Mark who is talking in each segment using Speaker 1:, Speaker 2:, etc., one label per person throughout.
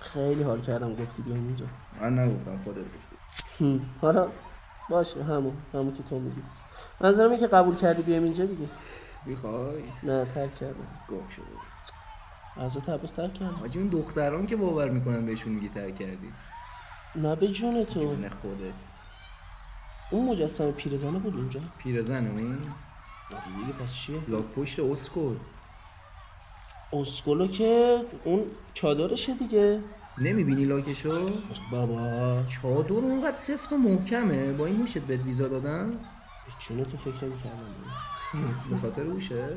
Speaker 1: خیلی حال کردم گفتی بیایم اینجا
Speaker 2: من نگفتم خودت گفتی
Speaker 1: هم. حالا باشه همون همون که تو میگی منظرم اینه که قبول کردی بیام اینجا دیگه
Speaker 2: میخوای
Speaker 1: نه ترک کردم
Speaker 2: گم شده
Speaker 1: از تبس ترک کردم
Speaker 2: حاجی اون دختران که باور میکنن بهشون میگی ترک کردی
Speaker 1: نه به جون تو
Speaker 2: جون خودت
Speaker 1: اون مجسمه پیرزنه بود اونجا
Speaker 2: پیرزن اون
Speaker 1: آره دیگه پس چیه
Speaker 2: لاک پشت اسکل
Speaker 1: اسکلو که اون چادرشه دیگه
Speaker 2: نمیبینی لاکشو
Speaker 1: بابا
Speaker 2: چادر اونقدر سفت و محکمه با این موشت بهت ویزا دادن
Speaker 1: به جون تو فکر میکردم
Speaker 2: به خاطر اوشه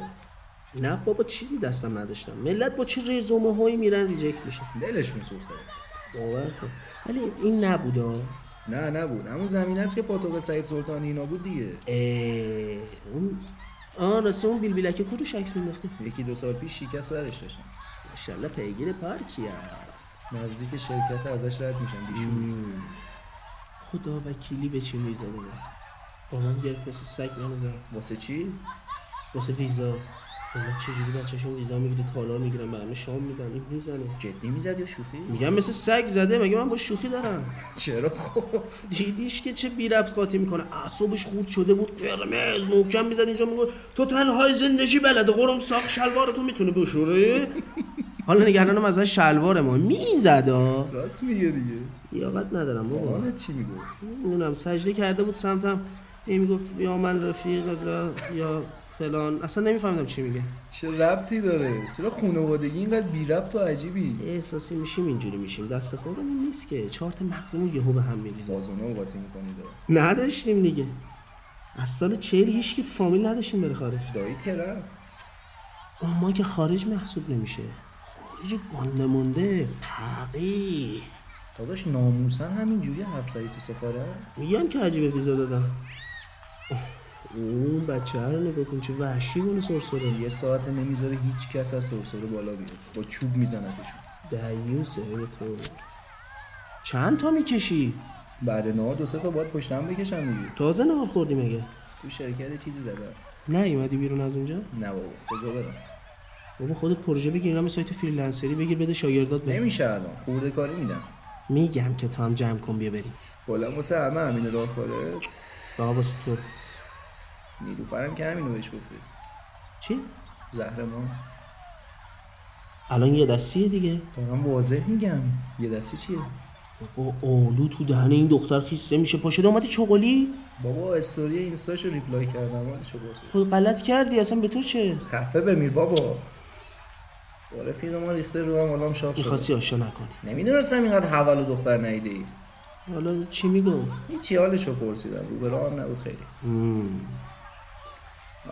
Speaker 1: نه بابا چیزی دستم نداشتم ملت با چه رزومه هایی میرن ریجکت میشن
Speaker 2: دلشون سوخته است
Speaker 1: باور کن ولی این نبودا
Speaker 2: نه نبود همون زمین است که پاتوق سعید سلطانی اینا بود دیگه
Speaker 1: اه، اون آه راستی اون بیل بیلک کوروش عکس مینداختی
Speaker 2: یکی دو سال پیش شکست برش داشتن
Speaker 1: ماشاءالله پیگیر پارکی ها.
Speaker 2: نزدیک شرکت ازش رد میشن بیشون
Speaker 1: خدا وکیلی به چی میزده من با من گرفت واسه سگ نمیزن
Speaker 2: واسه چی
Speaker 1: واسه ویزا والا چجوری بچه‌شون ویزا میگیره تالا میگیرن برنامه شام میدن این میزنه
Speaker 2: جدی میزد یا شوخی
Speaker 1: میگم مثل سگ زده مگه من با شوخی دارم
Speaker 2: چرا خب
Speaker 1: دیدیش که چه بی ربط قاطی میکنه اعصابش خورد شده بود قرمز محکم میزد اینجا میگه تو تنهای زندگی بلده قرم ساق شلوار تو میتونه بشوره حالا نگرانم از شلوار ما میزد ها
Speaker 2: راست میگه دیگه
Speaker 1: لیاقت ندارم بابا
Speaker 2: آره چی میگفت
Speaker 1: اونم سجده کرده بود سمتم هی میگفت یا من رفیق لا- یا فلان اصلا نمیفهمیدم چی میگه
Speaker 2: چه ربطی داره چرا خانوادگی اینقدر بی ربط و عجیبی
Speaker 1: احساسی میشیم اینجوری میشیم دست خودمون نیست که چهار تا مغزمون یهو به هم میریزه
Speaker 2: بازونه قاطی میکنی داره
Speaker 1: نداشتیم دیگه از سال چهل هیچ که تو فامیل نداشتیم بره خارج
Speaker 2: دایی که رفت
Speaker 1: اون ما که خارج محسوب نمیشه خارج گنده مونده پقی
Speaker 2: داداش ناموسن همینجوری حرف زدی تو سفاره
Speaker 1: میگم که عجیبه ویزا دادم اون بچه رو نگاه کن چه وحشی گونه سرسره
Speaker 2: یه ساعت نمیذاره هیچ کس از سرسره بالا بیاد با چوب میزنتشون
Speaker 1: دیوسه تو چند تا میکشی؟
Speaker 2: بعد نهار دو سه تا باید پشت هم بکشم دیگه
Speaker 1: تازه نهار خوردی مگه؟
Speaker 2: تو شرکت چیزی زدم
Speaker 1: نه ایمدی بیرون از اونجا؟
Speaker 2: نه بابا کجا برم
Speaker 1: بابا خودت پروژه بگیر اینا سایت فریلنسری بگیر بده شاگردات بده
Speaker 2: نمیشه الان خورده کاری میدم
Speaker 1: میگم که تو هم جمع کن بیا بریم
Speaker 2: کلا واسه همه همین راه کاره
Speaker 1: با واسه تو
Speaker 2: نیلوفرم که همینو بهش گفته
Speaker 1: چی؟
Speaker 2: زهرمان
Speaker 1: الان یه دستیه دیگه
Speaker 2: دارم واضح میگم یه دستی چیه
Speaker 1: با آلو تو دهن این دختر خیسته میشه پاشده اومدی چغلی
Speaker 2: بابا استوری اینستاشو ریپلای کردم حالشو پرسید
Speaker 1: خود غلط کردی اصلا به تو چه
Speaker 2: خفه بمیر بابا آره فیلم ما ریخته رو هم الان شاپ شده
Speaker 1: میخواستی آشنا نکنی
Speaker 2: نمیدونستم اینقدر حول و دختر نیده ای
Speaker 1: حالا چی میگفت
Speaker 2: هیچی حالشو پرسیدم رو به راهم نبود خیلی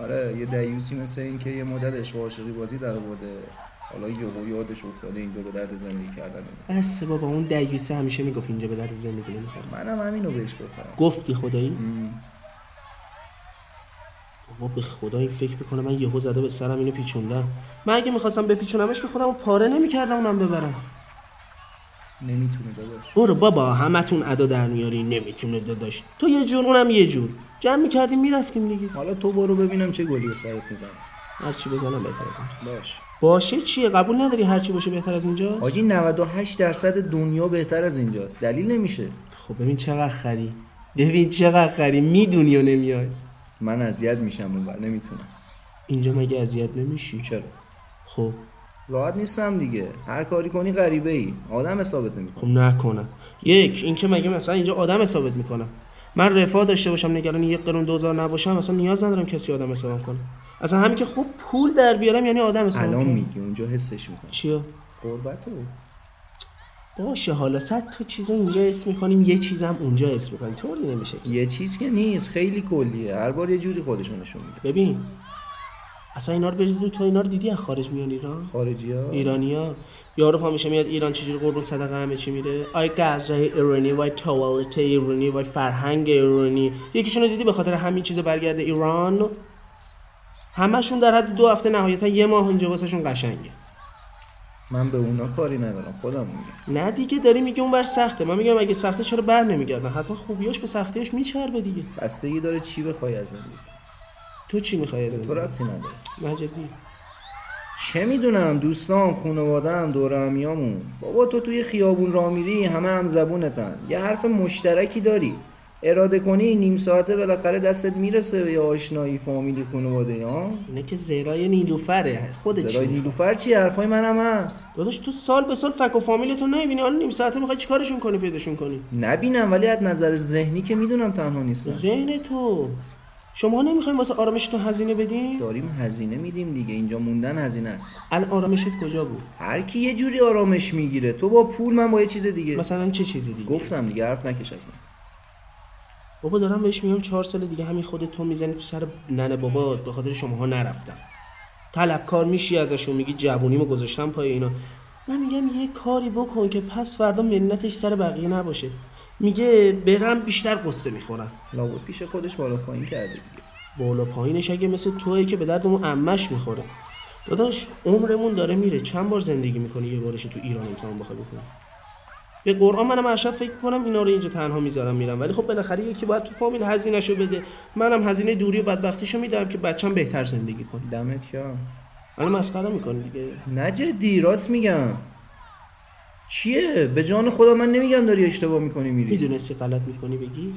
Speaker 2: آره یه دیوسی مثل این که یه مدل عشق و عاشقی بازی در آورده حالا یهو یادش افتاده اینجا به درد زندگی کردن
Speaker 1: بس بابا اون دیوسه همیشه میگفت اینجا به درد زندگی نمیخوره
Speaker 2: خب، منم همینو بهش گفتم
Speaker 1: گفتی خدایی
Speaker 2: مم.
Speaker 1: بابا به خدا این فکر میکنه من یهو زده به سرم اینو پیچوندم من اگه میخواستم بپیچونمش که خودمو پاره نمیکردم اونم ببرم
Speaker 2: نمیتونه داداش
Speaker 1: برو بابا همتون ادا در میاری نمیتونه داداش تو یه جور اونم یه جور جمع میکردیم میرفتیم دیگه
Speaker 2: حالا تو برو ببینم چه گلی به سرت میزنم
Speaker 1: هرچی بزنم بهتر از اینجا
Speaker 2: باش
Speaker 1: باشه چیه قبول نداری هرچی باشه بهتر از اینجا
Speaker 2: حاجی 98 درصد دنیا بهتر از اینجاست دلیل نمیشه
Speaker 1: خب ببین چقدر خری ببین چقدر خری میدونی و نمیای
Speaker 2: من اذیت میشم اونور نمیتونم
Speaker 1: اینجا مگه اذیت نمیشی
Speaker 2: چرا
Speaker 1: خب
Speaker 2: راحت نیستم دیگه هر کاری کنی غریبه ای آدم حسابت
Speaker 1: خب
Speaker 2: نمیکنه
Speaker 1: نکنم یک اینکه مگه مثلا اینجا آدم حسابت میکنم من رفاه داشته باشم نگران یک قرون دوزار نباشم اصلا نیاز ندارم کسی آدم حسابم کنه اصلا همین که خوب پول در بیارم یعنی آدم حسابم
Speaker 2: الان
Speaker 1: کنم.
Speaker 2: میگی اونجا حسش میکنه
Speaker 1: چیا
Speaker 2: قربتو
Speaker 1: باشه حالا صد تا چیز اینجا اسم میکنیم یه چیزم اونجا اسم میکنیم طوری نمیشه که.
Speaker 2: یه چیز که نیست خیلی کلیه هر بار یه جوری خودشون نشون میده
Speaker 1: ببین اصلا اینا رو بریز رو تو اینا رو دیدی از خارج میان ایران
Speaker 2: خارجی ها
Speaker 1: ایرانیا یارو پا میشه میاد ایران چجوری قربون صدقه همه چی میره آی غذای ایرانی وای توالت ایرانی وای فرهنگ ایرانی یکیشونو دیدی به خاطر همین چیز برگرده ایران همشون در حد دو هفته نهایتا یه ماه اینجا واسهشون قشنگه
Speaker 2: من به اونا کاری ندارم خودم میگم
Speaker 1: نه دیگه داری میگه اون بر سخته من میگم اگه سخته چرا بر نمیگردن حتما خوبیاش به سختیاش میچربه دیگه
Speaker 2: بستگی داره چی بخوای از زندگی
Speaker 1: تو چی میخوای از
Speaker 2: تو
Speaker 1: این
Speaker 2: ربطی نداره
Speaker 1: نه جدی
Speaker 2: چه میدونم دوستام خانوادم دورهمیامون بابا تو توی خیابون را میری همه هم زبونتن یه حرف مشترکی داری اراده کنی نیم ساعته بالاخره دستت میرسه به یه آشنایی فامیلی خانواده ها
Speaker 1: اینه که زرای نیلوفره خودت
Speaker 2: صدای
Speaker 1: چی می‌خوای؟
Speaker 2: نیلوفر چی حرفای منم هست
Speaker 1: داداش تو سال به سال فک و فامیلتو نمیبینی حالا نیم ساعته میخوای چیکارشون کنی پیداشون کنی
Speaker 2: نبینم ولی از نظر ذهنی که میدونم تنها نیستم
Speaker 1: ذهن تو شما نمیخوایم واسه آرامشتون هزینه بدین
Speaker 2: داریم هزینه میدیم دیگه اینجا موندن هزینه است
Speaker 1: الان آرامشت کجا بود
Speaker 2: هر کی یه جوری آرامش میگیره تو با پول من با یه چیز دیگه
Speaker 1: مثلا چه چیزی دیگه
Speaker 2: گفتم دیگه حرف نکش از من.
Speaker 1: بابا دارم بهش میگم چهار سال دیگه همین خودت تو میزنی تو سر ننه بابا به خاطر شماها نرفتم طلبکار میشی ازشون میگی جوونیمو گذاشتم پای اینا من میگم یه کاری بکن که پس فردا منتش سر بقیه نباشه میگه برم بیشتر قصه میخورم
Speaker 2: لابد پیش خودش بالا پایین کرده دیگه
Speaker 1: بالا پایینش اگه مثل توی که به دردمون عمش میخوره داداش عمرمون داره میره چند بار زندگی میکنی یه بارش تو ایران امتحان بخوای بکنی به قرآن منم اشرف فکر کنم اینا رو اینجا تنها میذارم میرم ولی خب بالاخره یکی باید تو فامیل هزینهشو بده منم هزینه دوری و بدبختیشو میدم که بچم بهتر زندگی کنه
Speaker 2: دمت گرم
Speaker 1: الان مسخره میکنی دیگه
Speaker 2: نه جدی راست میگم چیه به جان خدا من نمیگم داری اشتباه میکنی میری
Speaker 1: میدونستی غلط میکنی بگی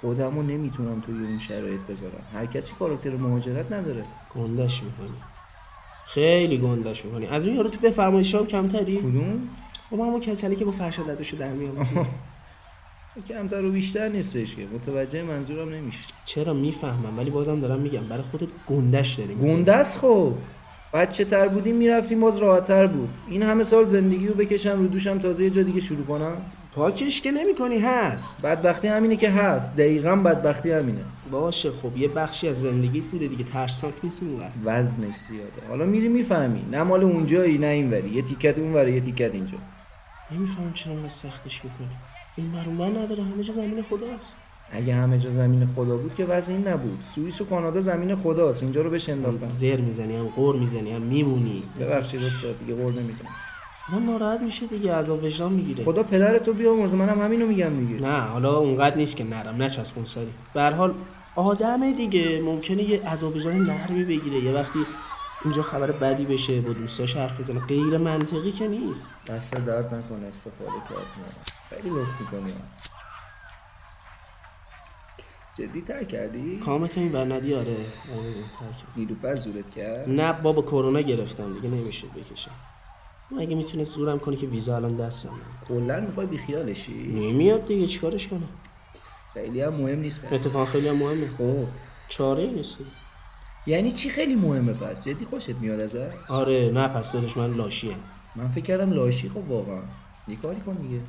Speaker 2: خودمو نمیتونم توی اون شرایط بذارم هر کسی کاراکتر مهاجرت نداره
Speaker 1: گندش میکنی خیلی گندش میکنی از اون یارو تو بفرمایش هم کمتری
Speaker 2: کدوم
Speaker 1: خب همون کچلی که با فرشاد عداشو در میام
Speaker 2: کمتر و بیشتر نیستش که متوجه منظورم نمیشه
Speaker 1: چرا میفهمم ولی بازم دارم میگم برای خودت گندش داری
Speaker 2: گندست خب بچه تر بودیم میرفتیم باز راحت تر بود این همه سال زندگی رو بکشم رو دوشم تازه یه جا دیگه شروع کنم
Speaker 1: پاکش که نمیکنی هست
Speaker 2: بدبختی همینه که هست دقیقا بدبختی همینه
Speaker 1: باشه خب یه بخشی از زندگیت بوده دیگه ترسناک نیست اونور
Speaker 2: وزنش زیاده حالا میری میفهمی نه مال اونجایی نه اینوری یه تیکت اونوری یه تیکت اینجا
Speaker 1: نمیفهم چرا اینقدر سختش میکنی این بر اونور نداره همه جا زمین خداست
Speaker 2: اگه همه جا زمین خدا بود که وضع این نبود سوئیس و کانادا زمین خداست اینجا رو بهش انداختن
Speaker 1: زر میزنی هم قور میزنی هم میمونی
Speaker 2: ببخشید استاد دیگه قول نمیزنم
Speaker 1: من ناراحت میشه دیگه عذاب وجدان میگیره
Speaker 2: خدا پدرتو بیامرزه منم همینو میگم دیگه
Speaker 1: نه حالا اونقدر نیست که نرم نچسبون ساری به هر حال آدم دیگه ممکنه یه عذاب وجدان نرمی بگیره یه وقتی اینجا خبر بدی بشه با دوستاش حرف بزنه غیر منطقی که نیست
Speaker 2: دست درد نکنه استفاده کرد نه خیلی لطف میکنی جدی تر کردی
Speaker 1: کامت این برندی آره آره، ترکم.
Speaker 2: نیلوفر زورت کرد
Speaker 1: نه بابا کرونا گرفتم دیگه نمیشد بکشم اون اگه میتونه زورم کنه که ویزا الان دستم
Speaker 2: کلا میخوای بیخیالشی
Speaker 1: نمیاد دیگه چیکارش کنه
Speaker 2: خیلی هم مهم نیست پس
Speaker 1: اتفاق خیلی هم مهمه
Speaker 2: خب
Speaker 1: چاره نیست
Speaker 2: یعنی چی خیلی مهمه پس جدی خوشت میاد ازش
Speaker 1: آره نه پس دادش من لاشیه
Speaker 2: من فکر کردم لاشی خب واقعا یه کاری کن دیگه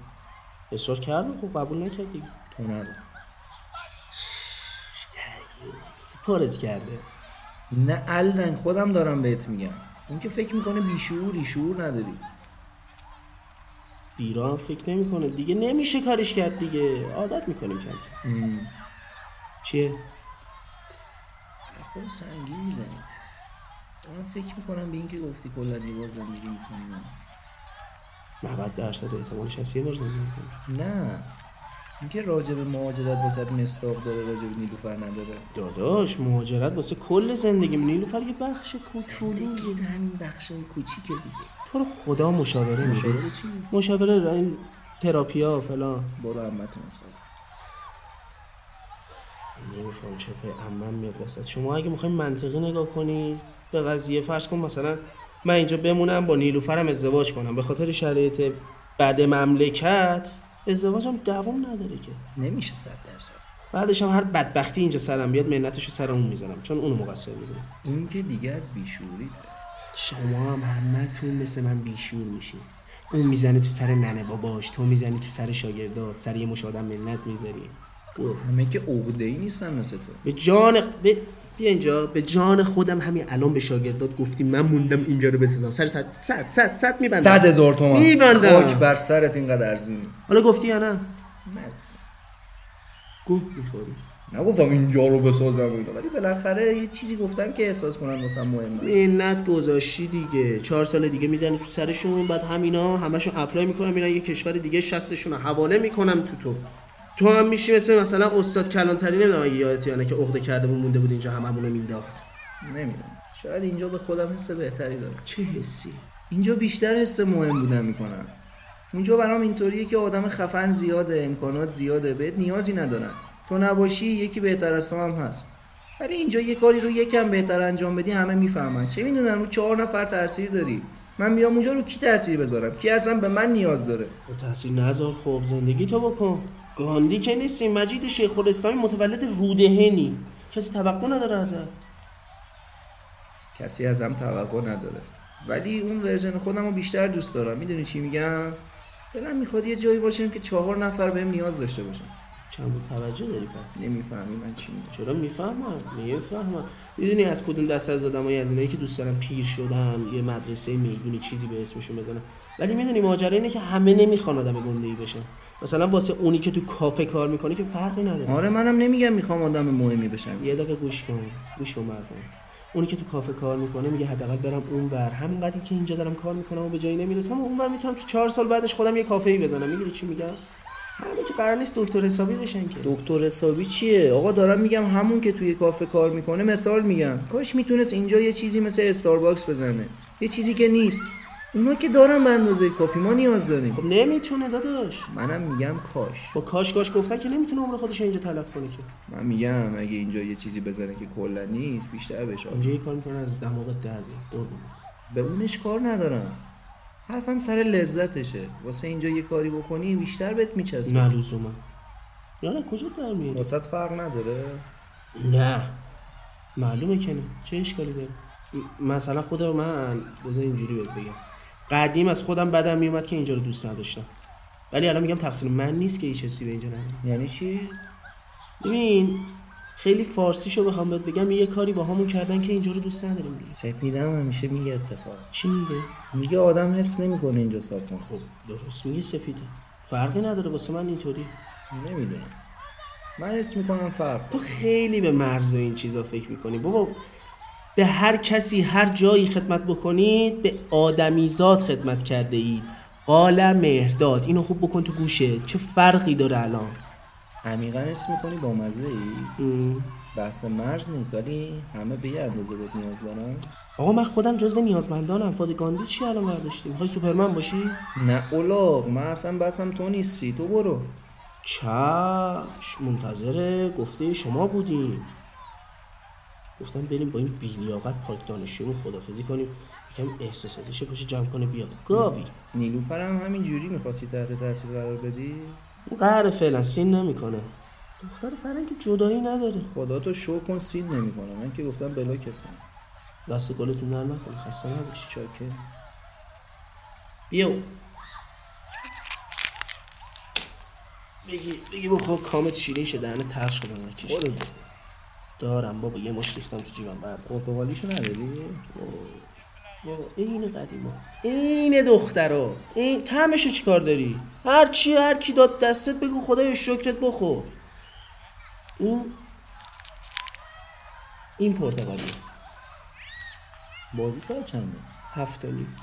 Speaker 1: اصرار کردم خب قبول نکرد دیگه
Speaker 2: تو نرو
Speaker 1: سپارت کرده
Speaker 2: نه الدن خودم دارم بهت میگم اون که فکر میکنه بیشعوری شعور نداری
Speaker 1: بیرا هم فکر نمیکنه دیگه نمیشه کارش کرد دیگه عادت میکنیم کرد چیه
Speaker 2: حرفای خب، سنگین میزنی دارم فکر میکنم به اینکه گفتی کلا یه بار زندگی میکنی
Speaker 1: 90 درصد احتمالش هست یه بار زندگی کنه.
Speaker 2: نه اینکه راجع به مهاجرت واسه مستاق داره راجع به نیلوفر نداره
Speaker 1: داداش مهاجرت واسه کل زندگی نیلوفر یه بخش کوچولو
Speaker 2: زندگی همین بخش کوچیکه دیگه
Speaker 1: تو رو خدا مشاوره میشه
Speaker 2: مشاوره چی؟
Speaker 1: مشاوره را- این تراپیا و فلان
Speaker 2: برو عمتو مثلا
Speaker 1: نمیفهم چه پای عمم میاد وسط شما اگه میخوایم منطقی نگاه کنی به قضیه فرض کن مثلا من اینجا بمونم با نیلوفرم ازدواج کنم به خاطر شرایط بعد مملکت ازدواجم دوام نداره که
Speaker 2: نمیشه صد درصد
Speaker 1: بعدش هم هر بدبختی اینجا سرم بیاد منتشو سر اون میزنم چون اونو مقصر میدونم
Speaker 2: اون که دیگه از بیشعوری
Speaker 1: شما هم همتون مثل من بیشور میشین اون میزنه تو سر ننه باباش تو میزنی تو سر شاگردات سر یه مش آدم منت میذاری برو.
Speaker 2: همه که عقده ای نیستن مثل تو
Speaker 1: به جان به بیا اینجا به جان خودم همین الان به شاگردات گفتیم من موندم اینجا رو بسازم سر صد صد صد صد میبندم
Speaker 2: صد هزار تومن
Speaker 1: می‌بندم.
Speaker 2: خاک بر سرت اینقدر ارزونی
Speaker 1: حالا گفتی یا نه
Speaker 2: نگفتم.
Speaker 1: گوه میخوری
Speaker 2: نگفتم اینجا رو بسازم و اینا ولی بالاخره یه چیزی گفتم که احساس کنم مثلا مهمه
Speaker 1: منت گذاشتی دیگه چهار سال دیگه میزنی تو سرشون بعد همینا همشون اپلای میکنن میرن یه کشور دیگه شستشون رو حواله میکنم تو تو تو هم میشی مثل مثلا استاد کلانتری نمیدونم اگه یادت یا نه که عقده کرده بود مونده بود اینجا هممون رو مینداخت
Speaker 2: نمیدونم شاید اینجا به خودم حس بهتری دارم
Speaker 1: چه حسی
Speaker 2: اینجا بیشتر حس مهم بودن میکنم اونجا برام اینطوریه که آدم خفن زیاده امکانات زیاده بهت نیازی ندارن تو نباشی یکی بهتر از تو هم هست ولی اینجا یه کاری رو یکم بهتر انجام بدی همه میفهمن چه میدونن رو چهار نفر تاثیر داری من بیام اونجا رو کی تاثیر بذارم کی اصلا به من نیاز داره
Speaker 1: با تاثیر نذار خب زندگی تو بکن گاندی که نیستی مجید شیخ الاسلامی متولد رودهنی کسی توقع نداره ازت
Speaker 2: کسی ازم توقع نداره ولی اون ورژن خودم رو بیشتر دوست دارم میدونی چی میگم دلم میخواد یه جایی باشم که چهار نفر بهم نیاز داشته باشن
Speaker 1: کم بود توجه داری پس
Speaker 2: نمیفهمی من چی میگم
Speaker 1: چرا میفهمم میفهمم میدونی از کدوم دست از آدمایی از اینایی که دوست دارم پیر شدن یه مدرسه میدونی چیزی به اسمشون بزنم ولی میدونی ماجرا اینه که همه نمیخوان آدم گنده ای بشن مثلا واسه اونی که تو کافه کار میکنه که فرقی نداره
Speaker 2: آره منم نمیگم میخوام آدم مهمی بشم
Speaker 1: یه دقیقه گوش کن گوش کن مردم اونی که تو کافه کار میکنه میگه حداقل برم اونور همینقدری که اینجا دارم کار میکنم و به جایی نمیرسم و اونور میتونم تو چهار سال بعدش خودم یه کافه ای بزنم میگیری چی میگم همه که قرار نیست دکتر حسابی بشن که
Speaker 2: دکتر حسابی چیه آقا دارم میگم همون که توی کافه کار میکنه مثال میگم کاش میتونست اینجا یه چیزی مثل استارباکس بزنه یه چیزی که نیست اونا که دارم به اندازه کافی ما نیاز داریم
Speaker 1: خب نمیتونه داداش
Speaker 2: منم میگم کاش
Speaker 1: با کاش کاش گفتن که نمیتونه عمر خودش رو اینجا تلف کنه که
Speaker 2: من میگم اگه اینجا یه چیزی بزنه که کلا نیست بیشتر بشه
Speaker 1: اینجا یه کار میکنه از دماغت در بیاد قربون.
Speaker 2: به اونش کار ندارم حرفم سر لذتشه واسه اینجا یه کاری بکنی بیشتر بهت میچسبه
Speaker 1: نه لزوما نه نه کجا در میاری
Speaker 2: واسه فرق نداره
Speaker 1: نه معلومه که نه چه اشکالی داره م- مثلا خود من بذار اینجوری بهت بگم قدیم از خودم بدم میومد که اینجا رو دوست نداشتم ولی الان میگم تقصیر من نیست که هیچ حسی به اینجا ندارم
Speaker 2: یعنی چی
Speaker 1: ببین خیلی فارسیشو بخوام بهت بگم یه کاری با همون کردن که اینجا رو دوست نداریم دوست
Speaker 2: سپیدم همیشه میگه اتفاق
Speaker 1: چی میگه
Speaker 2: میگه آدم حس نمیکنه اینجا ساکن
Speaker 1: خب درست میگه سپیده فرقی نداره واسه من اینطوری
Speaker 2: نمیدونم من حس میکنم فرق
Speaker 1: تو خیلی به مرز و این چیزا فکر میکنی بابا به هر کسی هر جایی خدمت بکنید به آدمیزاد خدمت کرده اید قال مهرداد اینو خوب بکن تو گوشه چه فرقی داره الان
Speaker 2: عمیقا حس میکنی با مزه ای
Speaker 1: ام.
Speaker 2: بحث مرز نیست ولی همه به یه اندازه بهت نیاز دارن
Speaker 1: آقا من خودم جزو نیازمندانم فاز گاندی چی الان برداشتی میخوای سوپرمن باشی
Speaker 2: نه اولاغ من اصلا بحثم تو نیستی تو برو
Speaker 1: چش منتظر گفته شما بودیم گفتم بریم با این بیلیاقت پاک دانشجو رو خدافزی کنیم یکم احساساتش پاشه جمع کنه بیاد گاوی
Speaker 2: نیلوفرم همین جوری میخواستی تحت تاثیر قرار بدی
Speaker 1: اون قهر فعلا سین نمیکنه دختر فرنگ که جدایی نداره
Speaker 2: خدا تو شو کن سید نمیکنه من که گفتم بلاکت کنم
Speaker 1: دست گلتون در نکن خسته نباشی
Speaker 2: چاکر
Speaker 1: بیا بگی بگی بخور کامت شیرین شه دهنه تر شده نکش
Speaker 2: برو
Speaker 1: دارم بابا یه مش ریختم تو جیبم بعد
Speaker 2: پرتغالیشو نداری
Speaker 1: بابا این قدیما این دخترا این تعمشو چیکار داری هر چی هر کی داد دستت بگو خدای شکرت بخور این این پرتغالی
Speaker 2: بازی ساعت چنده
Speaker 1: هفت و نیم.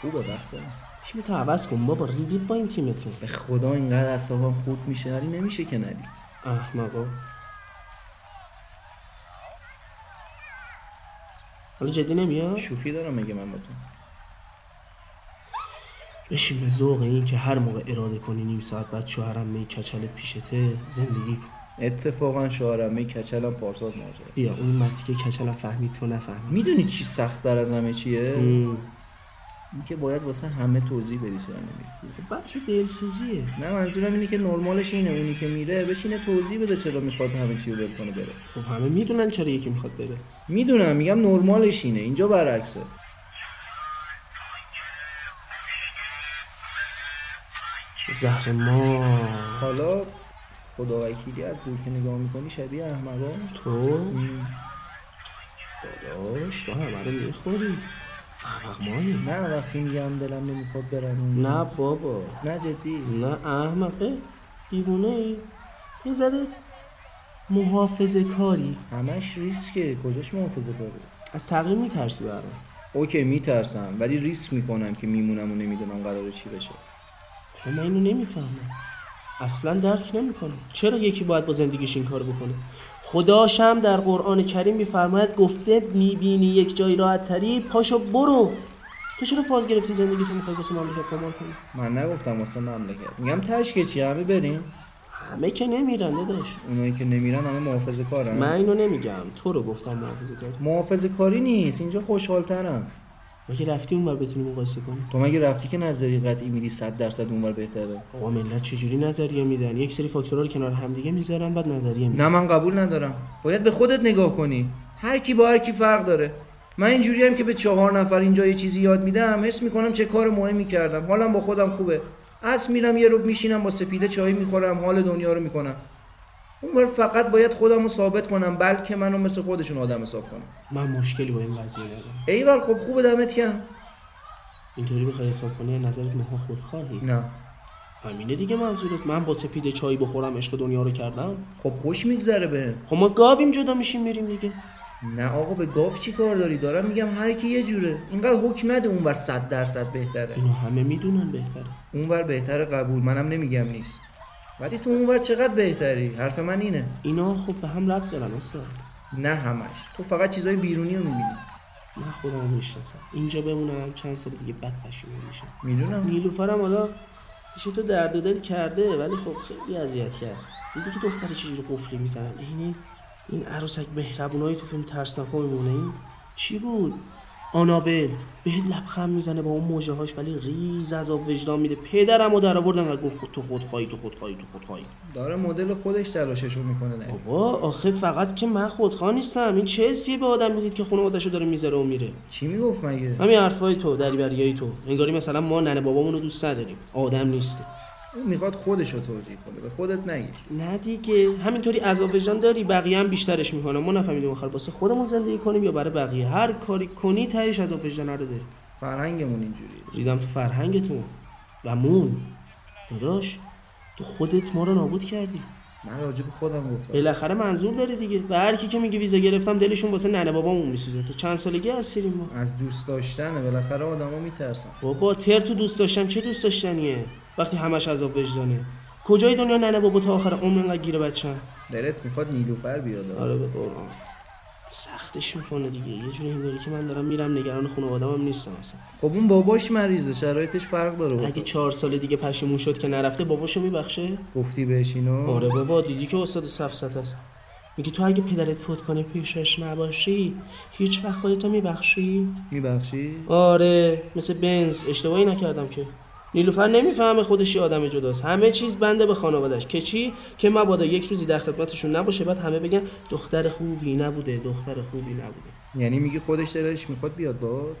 Speaker 2: خوبه وقت دارم.
Speaker 1: تیم تو عوض کن بابا ریدید با این تیمتون
Speaker 2: به خدا اینقدر اصابم خود میشه نری نمیشه که نری
Speaker 1: احمقا حالا جدی نمیاد
Speaker 2: شوخی دارم مگه من با تو
Speaker 1: بشین به ذوق این که هر موقع اراده کنی نیم ساعت بعد شوهرم می کچلت پیشته زندگی کن
Speaker 2: اتفاقا شوهرمه کچلم پارسال ماجرا
Speaker 1: بیا اون مرتی که کچلم فهمید تو نفهمی
Speaker 2: میدونی چی سختتر از همه چیه
Speaker 1: ام.
Speaker 2: اینکه باید واسه همه توضیح بدی چرا نمیری
Speaker 1: خب بچه دلسوزیه
Speaker 2: نه منظورم اینه که نرمالش اینه اونی که میره بشینه توضیح بده چرا میخواد همه چی رو ول کنه بره
Speaker 1: خب همه میدونن چرا یکی میخواد بره
Speaker 2: میدونم میگم نرمالش اینه اینجا برعکسه
Speaker 1: زهر ما
Speaker 2: حالا خدا وکیلی از دور که نگاه میکنی شبیه احمقان
Speaker 1: تو داداش تو همه رو میخوری احمق مایی
Speaker 2: نه وقتی میگم دلم نمیخواد برم اون.
Speaker 1: نه بابا
Speaker 2: نه جدی
Speaker 1: نه احمق اه، دیوونه ای یه ذره محافظه کاری
Speaker 2: همش ریسکه کجاش محافظه کاره
Speaker 1: از تغییر میترسی برام
Speaker 2: اوکی میترسم ولی ریسک میکنم که میمونم و نمیدونم قراره چی بشه
Speaker 1: خب من اینو نمیفهمم اصلا درک نمیکنم چرا یکی باید با زندگیش این کار بکنه خداشم در قرآن کریم میفرماید گفته میبینی یک جایی راحت تری پاشو برو تو چرا فاز گرفتی زندگی تو میخوای واسه مملکت قمار کنی
Speaker 2: من نگفتم واسه مملکت میگم تشکه چی همه بریم
Speaker 1: همه که نمیرن داداش
Speaker 2: اونایی که نمیرن همه محافظه کارن
Speaker 1: من اینو نمیگم تو رو گفتم محافظه کار
Speaker 2: محافظه کاری نیست اینجا خوشحالترم
Speaker 1: مگه رفتی اون بر بتونی مقایسه کنی
Speaker 2: تو مگه رفتی که نظری قطعی میری صد درصد اونور بهتره
Speaker 1: آقا ملت چجوری نظریه میدن یک سری فاکتورها رو کنار همدیگه میذارن بعد نظریه میدن
Speaker 2: نه من قبول ندارم باید به خودت نگاه کنی هر کی با هر کی فرق داره من اینجوری هم که به چهار نفر اینجا یه چیزی یاد میدم حس میکنم چه کار مهمی کردم حالم با خودم خوبه از میرم یه روب میشینم با سپیده چای میخورم حال دنیا رو میکنم اونور فقط باید خودم رو ثابت کنم بلکه منو مثل خودشون آدم حساب کنم
Speaker 1: من مشکلی با این قضیه ندارم
Speaker 2: ایول خب خوبه دمت گرم
Speaker 1: اینطوری بخوای حساب کنی از نظرت ماها خودخواهی
Speaker 2: نه
Speaker 1: همینه دیگه منظورت من با سپید چای بخورم عشق دنیا رو کردم
Speaker 2: خب خوش میگذره به
Speaker 1: خب ما گاویم جدا میشیم میریم دیگه
Speaker 2: نه آقا به گاف چی کار داری دارم میگم هر کی یه جوره اینقدر حکم نده اونور صد درصد بهتره
Speaker 1: اینو همه میدونن بهتره
Speaker 2: اونور بهتر قبول منم نمیگم نیست ولی تو اونور چقدر بهتری حرف من اینه
Speaker 1: اینا خب به هم ربط دارن استاد
Speaker 2: نه همش تو فقط چیزای بیرونی رو میبینی
Speaker 1: من خودم رو میشناسم اینجا بمونم چند سال دیگه بد پشیمون میشم
Speaker 2: میدونم
Speaker 1: نیلوفرم حالا میشه تو درد و دل کرده ولی خب خیلی اذیت کرد دیدی که دختر چجوری قفلی میزنن این این عروسک مهربونایی تو فیلم ترسناکو میمونه این چی بود آنابل بهت لبخند میزنه با اون موجه هاش ولی ریز از آب وجدان میده پدرم رو در آوردن و گفت خود- تو خودخواهی تو خودخواهی تو خودخواهی
Speaker 2: داره مدل خودش تلاششو میکنه نه
Speaker 1: بابا آخه فقط که من خودخواه نیستم این چه حسیه به آدم میدید که خانواده‌شو داره میذاره و میره
Speaker 2: چی میگفت مگه
Speaker 1: همین حرفای تو دریوریای تو انگاری مثلا ما ننه بابامون رو دوست نداریم آدم نیستیم
Speaker 2: اون میخواد خودش رو توجیه کنه به خودت نگیر
Speaker 1: نه دیگه همینطوری عذاب وجدان داری بقیه هم بیشترش میکنن ما نفهمیدیم آخر واسه خودمون زندگی کنیم یا برای بقیه هر کاری کنی تهش عذاب وجدان رو داری
Speaker 2: فرهنگمون اینجوریه
Speaker 1: ریدم تو فرهنگتون و مون داداش تو خودت ما رو نابود کردی
Speaker 2: من راجع به خودم گفتم
Speaker 1: بالاخره منظور داره دیگه و هر کی که میگه ویزا گرفتم دلشون واسه ننه بابامون میسوزه تا چند سالگی هستیم ما
Speaker 2: از دوست داشتن بالاخره آدما میترسن
Speaker 1: بابا تر تو دوست داشتم چه دوست داشتنیه وقتی همش عذاب وجدانه کجای دنیا ننه بابا تا آخر عمر اینقدر گیره بچم
Speaker 2: دلت میخواد نیلوفر بیاد
Speaker 1: آره به قرآن سختش میکنه دیگه یه جوری انگاری که من دارم میرم نگران خانواده‌ام هم نیستم اصلا
Speaker 2: خب اون باباش مریضه شرایطش فرق داره با
Speaker 1: اگه
Speaker 2: تو.
Speaker 1: چهار سال دیگه پشیمون شد که نرفته باباشو میبخشه
Speaker 2: گفتی بهش اینو
Speaker 1: آره بابا دیدی که استاد سفسط است میگه تو اگه پدرت فوت کنه پیشش نباشی هیچ وقت خودتو میبخشی
Speaker 2: میبخشی
Speaker 1: آره مثل بنز اشتباهی نکردم که نیلوفر نمیفهمه خودش یه آدم جداست همه چیز بنده به خانوادش که چی که مبادا یک روزی در خدمتشون نباشه بعد همه بگن دختر خوبی نبوده دختر خوبی نبوده
Speaker 2: یعنی میگی خودش دلش میخواد بیاد باد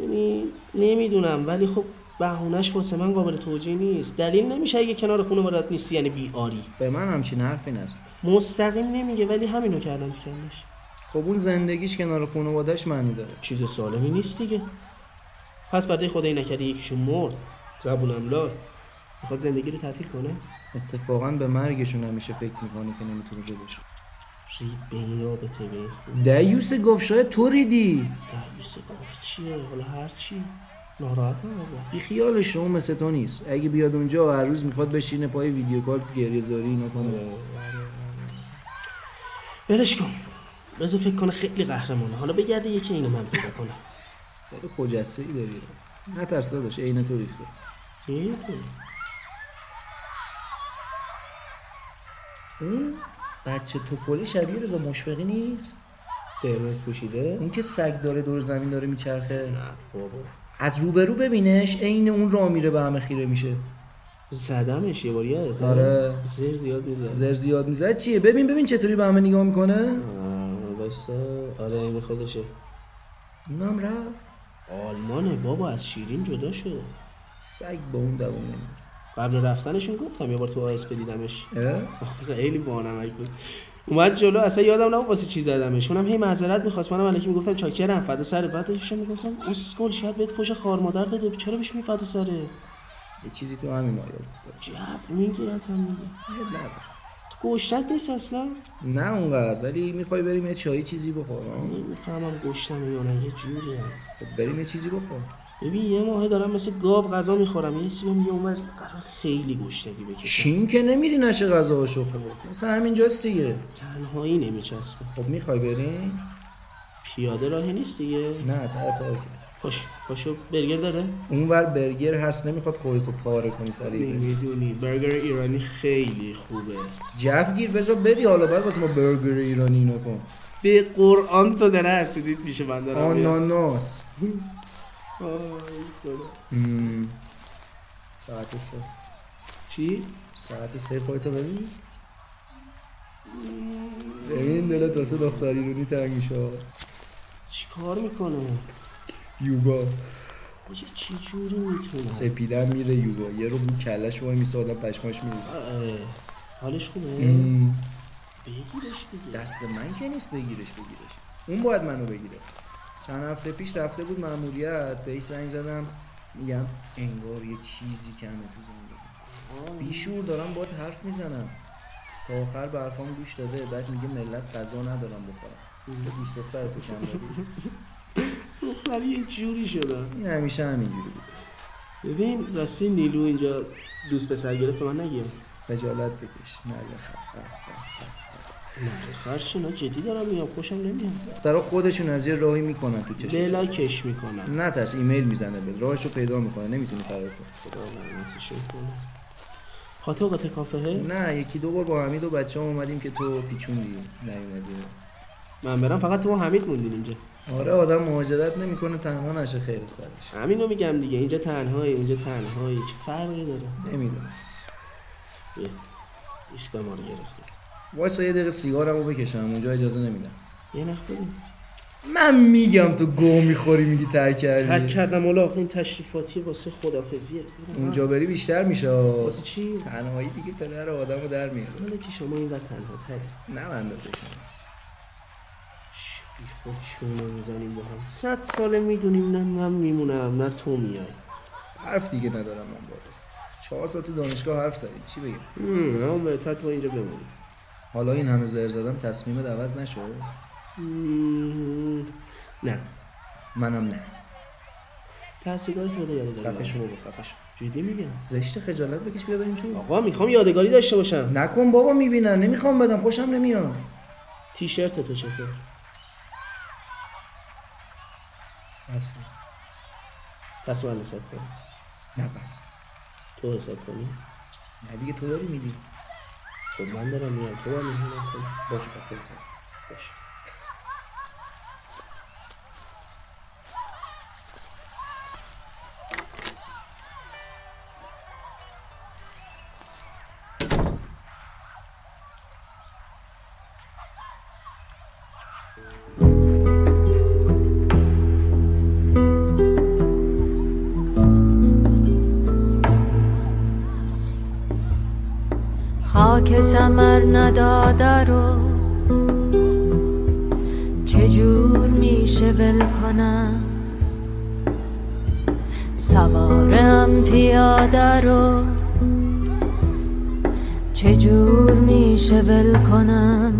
Speaker 1: یعنی نمیدونم ولی خب بهونش واسه من قابل توجیه نیست دلیل نمیشه اگه کنار خانوادت نیستی یعنی بیاری
Speaker 2: به من همچین حرفی نزد
Speaker 1: مستقیم نمیگه ولی همینو کردم تو کلمش
Speaker 2: خب اون زندگیش کنار خانوادهش معنی داره
Speaker 1: چیز سالمی نیست دیگه پس برده خدایی نکرده یکیشون مرد زبونم لار میخواد زندگی رو تعطیل کنه
Speaker 2: اتفاقا به مرگشون همیشه فکر میکنه که نمیتونه جلوش
Speaker 1: رید به این رابطه به این خوب
Speaker 2: دیوس گفت شاید تو ریدی
Speaker 1: دریوسه گفت چیه حالا هرچی ناراحتم بابا
Speaker 2: بی خیالش اون مثل تو نیست اگه بیاد اونجا و هر روز میخواد بشینه پای ویدیو کال گریه زاری اینا کنه
Speaker 1: ولش کن بذار فکر کنه خیلی قهرمانه حالا بگرده یکی اینو من پیدا کنم
Speaker 2: داره خجسته ای داری نترس داداش عین تو ریخته
Speaker 1: می‌دونی.
Speaker 2: اون بچه توپلی شبیه رضا مشفقی نیست
Speaker 1: قرمز پوشیده
Speaker 2: اون که سگ داره دور زمین داره میچرخه
Speaker 1: نه بابا
Speaker 2: از روبرو ببینش عین اون را میره به همه خیره میشه
Speaker 1: زدمش یه بار یادته؟
Speaker 2: آره.
Speaker 1: زر زیاد میزد
Speaker 2: زر زیاد میزد چیه ببین ببین چطوری به همه نگاه میکنه
Speaker 1: بایستا آره این خودشه
Speaker 2: اونم رفت
Speaker 1: آلمانه بابا از شیرین جدا شد
Speaker 2: سگ با اون دوام نمیره
Speaker 1: قبل رفتنشون گفتم یه بار تو آیسپ دیدمش
Speaker 2: اه؟
Speaker 1: آخه خیلی بانمک بود اومد جلو اصلا یادم نبود واسه چی زدمش اونم هی معذرت میخواست منم الکی میگفتم چاکرم فدا سر بعد داشتم میگفتم اسکل شاید بهت فوش خار مادر داده چرا بهش میفدا سره
Speaker 2: یه چیزی تو همین مایه افتاد
Speaker 1: جف میگیرتم میگه
Speaker 2: عیب نداره.
Speaker 1: تو گشتت نیست اصلا
Speaker 2: نه اونقدر ولی میخوای بریم یه چایی چیزی بخور آه؟
Speaker 1: نمیفهمم گشتم یا نه یه جوری
Speaker 2: خب بریم یه چیزی بخور
Speaker 1: ببین یه ماه دارم مثل گاو غذا میخورم یه حسی بهم یه عمر قرار خیلی گشنگی بکشم
Speaker 2: چین که نمیری نشه غذاهاشو خورد مثل همینجاست دیگه
Speaker 1: تنهایی نمیچسبه
Speaker 2: خب میخوای بریم
Speaker 1: پیاده راه نیست دیگه
Speaker 2: نه ته پارک
Speaker 1: پاش پاشو برگر داره
Speaker 2: اونور برگر هست نمیخواد خودتو پاره کنی سریع
Speaker 1: نمیدونی برگر ایرانی خیلی خوبه
Speaker 2: جف گیر بذار بری حالا بعد واسه ما برگر ایرانی اینو کن
Speaker 1: به قرآن تو داره اسیدیت میشه من دارم میام.
Speaker 2: آناناس
Speaker 1: آی خدا.
Speaker 2: مم. ساعت سه
Speaker 1: چی؟
Speaker 2: ساعت سه خودتو ببین ببین دلت واسه دختری رونی تنگ میشه
Speaker 1: چی کار میکنه؟
Speaker 2: یوگا
Speaker 1: باشه چی جوری میتونه؟
Speaker 2: سپیدن میره یوگا یه رو بود کلش وای میسه آدم پشماش میره
Speaker 1: حالش خوبه؟ بگیرش دیگه
Speaker 2: دست من که نیست بگیرش بگیرش اون باید منو بگیره چند هفته پیش رفته بود ماموریت بهش زنگ زدم میگم انگار یه چیزی کمه تو زندگی بیشور دارم باید حرف میزنم تا آخر به حرفام گوش داده بعد میگه ملت غذا ندارم بخورم تو دوست دختر تو کم داری.
Speaker 1: دختری یه جوری شده
Speaker 2: این همیشه همینجوری بود
Speaker 1: ببین راستی نیلو اینجا دوست پسر گرفت به من نگه
Speaker 2: خجالت بکش نه یا خب.
Speaker 1: نه خرش اینا جدی دارم میام خوشم نمیام
Speaker 2: دخترها خودشون از یه راهی میکنن تو چشم
Speaker 1: بلاکش میکنم
Speaker 2: نه ترس ایمیل میزنه به راهشو پیدا میکنه نمیتونی فرار کنی
Speaker 1: خدا لعنتشون کنه خاطر اوقات کافهه
Speaker 2: نه یکی دو بار با حمید و بچه هم اومدیم که تو پیچوندی نیومدی
Speaker 1: من برم فقط تو و حمید موندین اینجا
Speaker 2: آره آدم مهاجرت نمیکنه تنها نشه خیر سرش
Speaker 1: همینو میگم دیگه اینجا تنهایی اونجا تنهایی چه فرقی داره
Speaker 2: نمیدونم
Speaker 1: یه ایسکا ما رو گرفته
Speaker 2: وایسا یه دقیقه سیگارمو بکشم اونجا اجازه نمیدم
Speaker 1: یه نخ بدیم
Speaker 2: من میگم تو گو میخوری میگی تر
Speaker 1: ترک
Speaker 2: کردی
Speaker 1: کردم اولا آخه این تشریفاتی واسه خدافزیه
Speaker 2: اونجا بری بیشتر میشه
Speaker 1: واسه چی؟
Speaker 2: تنهایی دیگه پدر آدمو در میاره
Speaker 1: حالا که شما این تنها تره
Speaker 2: نه من اندازه‌شم.
Speaker 1: بی خود چونه میزنیم با هم صد ساله میدونیم نه من میمونم نه تو میای
Speaker 2: حرف دیگه ندارم من باید چهار سال تو دانشگاه حرف زدیم چی بگم
Speaker 1: هم، اما بهتر تو اینجا بمونی
Speaker 2: حالا این همه زر زدم تصمیمت عوض نشد
Speaker 1: هم، نه
Speaker 2: منم نه
Speaker 1: تحصیلات بوده یادگاری
Speaker 2: خفه
Speaker 1: دارم
Speaker 2: شو بابا خفه شو
Speaker 1: جدی میگم
Speaker 2: زشت خجالت بکش بیا بریم تو
Speaker 1: آقا میخوام یادگاری داشته باشم
Speaker 2: نکن بابا میبینن نمیخوام بدم خوشم نمیاد
Speaker 1: تیشرت تو چطور
Speaker 2: اصلا
Speaker 1: پس من حساب کن
Speaker 2: نه بس
Speaker 1: تو حساب کنی
Speaker 2: نه دیگه تو داری میدی
Speaker 1: خب من دارم میام تو من میام
Speaker 2: باش پس بزن.
Speaker 1: باش
Speaker 3: خاک سمر نداده رو چجور میشه ول کنم سوارم پیاده رو چجور میشه ول کنم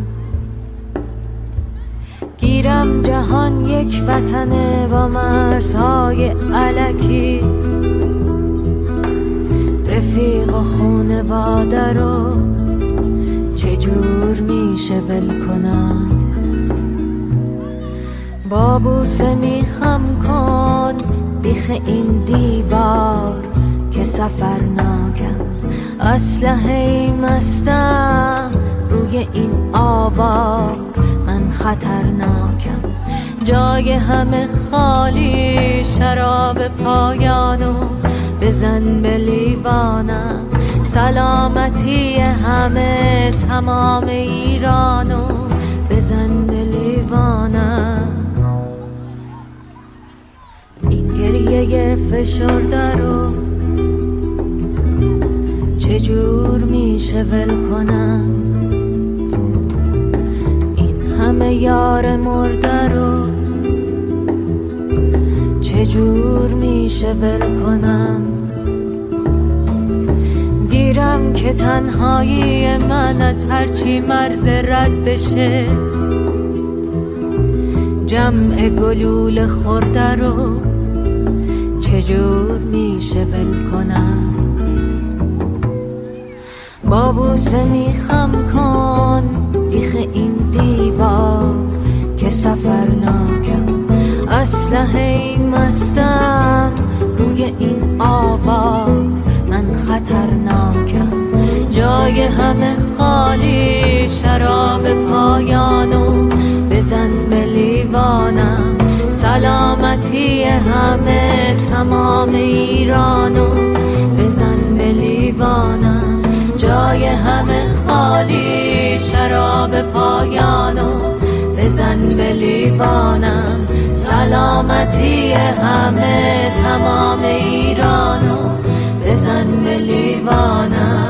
Speaker 3: گیرم جهان یک وطنه با مرزهای علکی رفیق و خونواده رو چجور میشه ول کنم با بوسه میخم کن بیخ این دیوار که سفرناکم اسلحه ای مستم روی این آوار من خطرناکم جای همه خالی شراب پایانو بزن به لیوانم سلامتی همه تمام ایرانو بزن به لیوانم این گریه فشرده رو چجور میشه ول کنم این همه یار مرده رو چجور میشه ول کنم گیرم که تنهایی من از هرچی مرز رد بشه جمع گلول خورده رو چه چجور میشه ول کنم با بوسه میخم کن بیخ این دیوار که سفرناکم اسلحه ای مستم روی این آوار من خطرناکم جای همه خالی شراب پایانو بزن به لیوانم سلامتی همه تمام ایرانو بزن به لیوانم جای همه خالی شراب پایانو بزن به لیوانم سلامتی همه تمام ایرانو بزن به لیوانم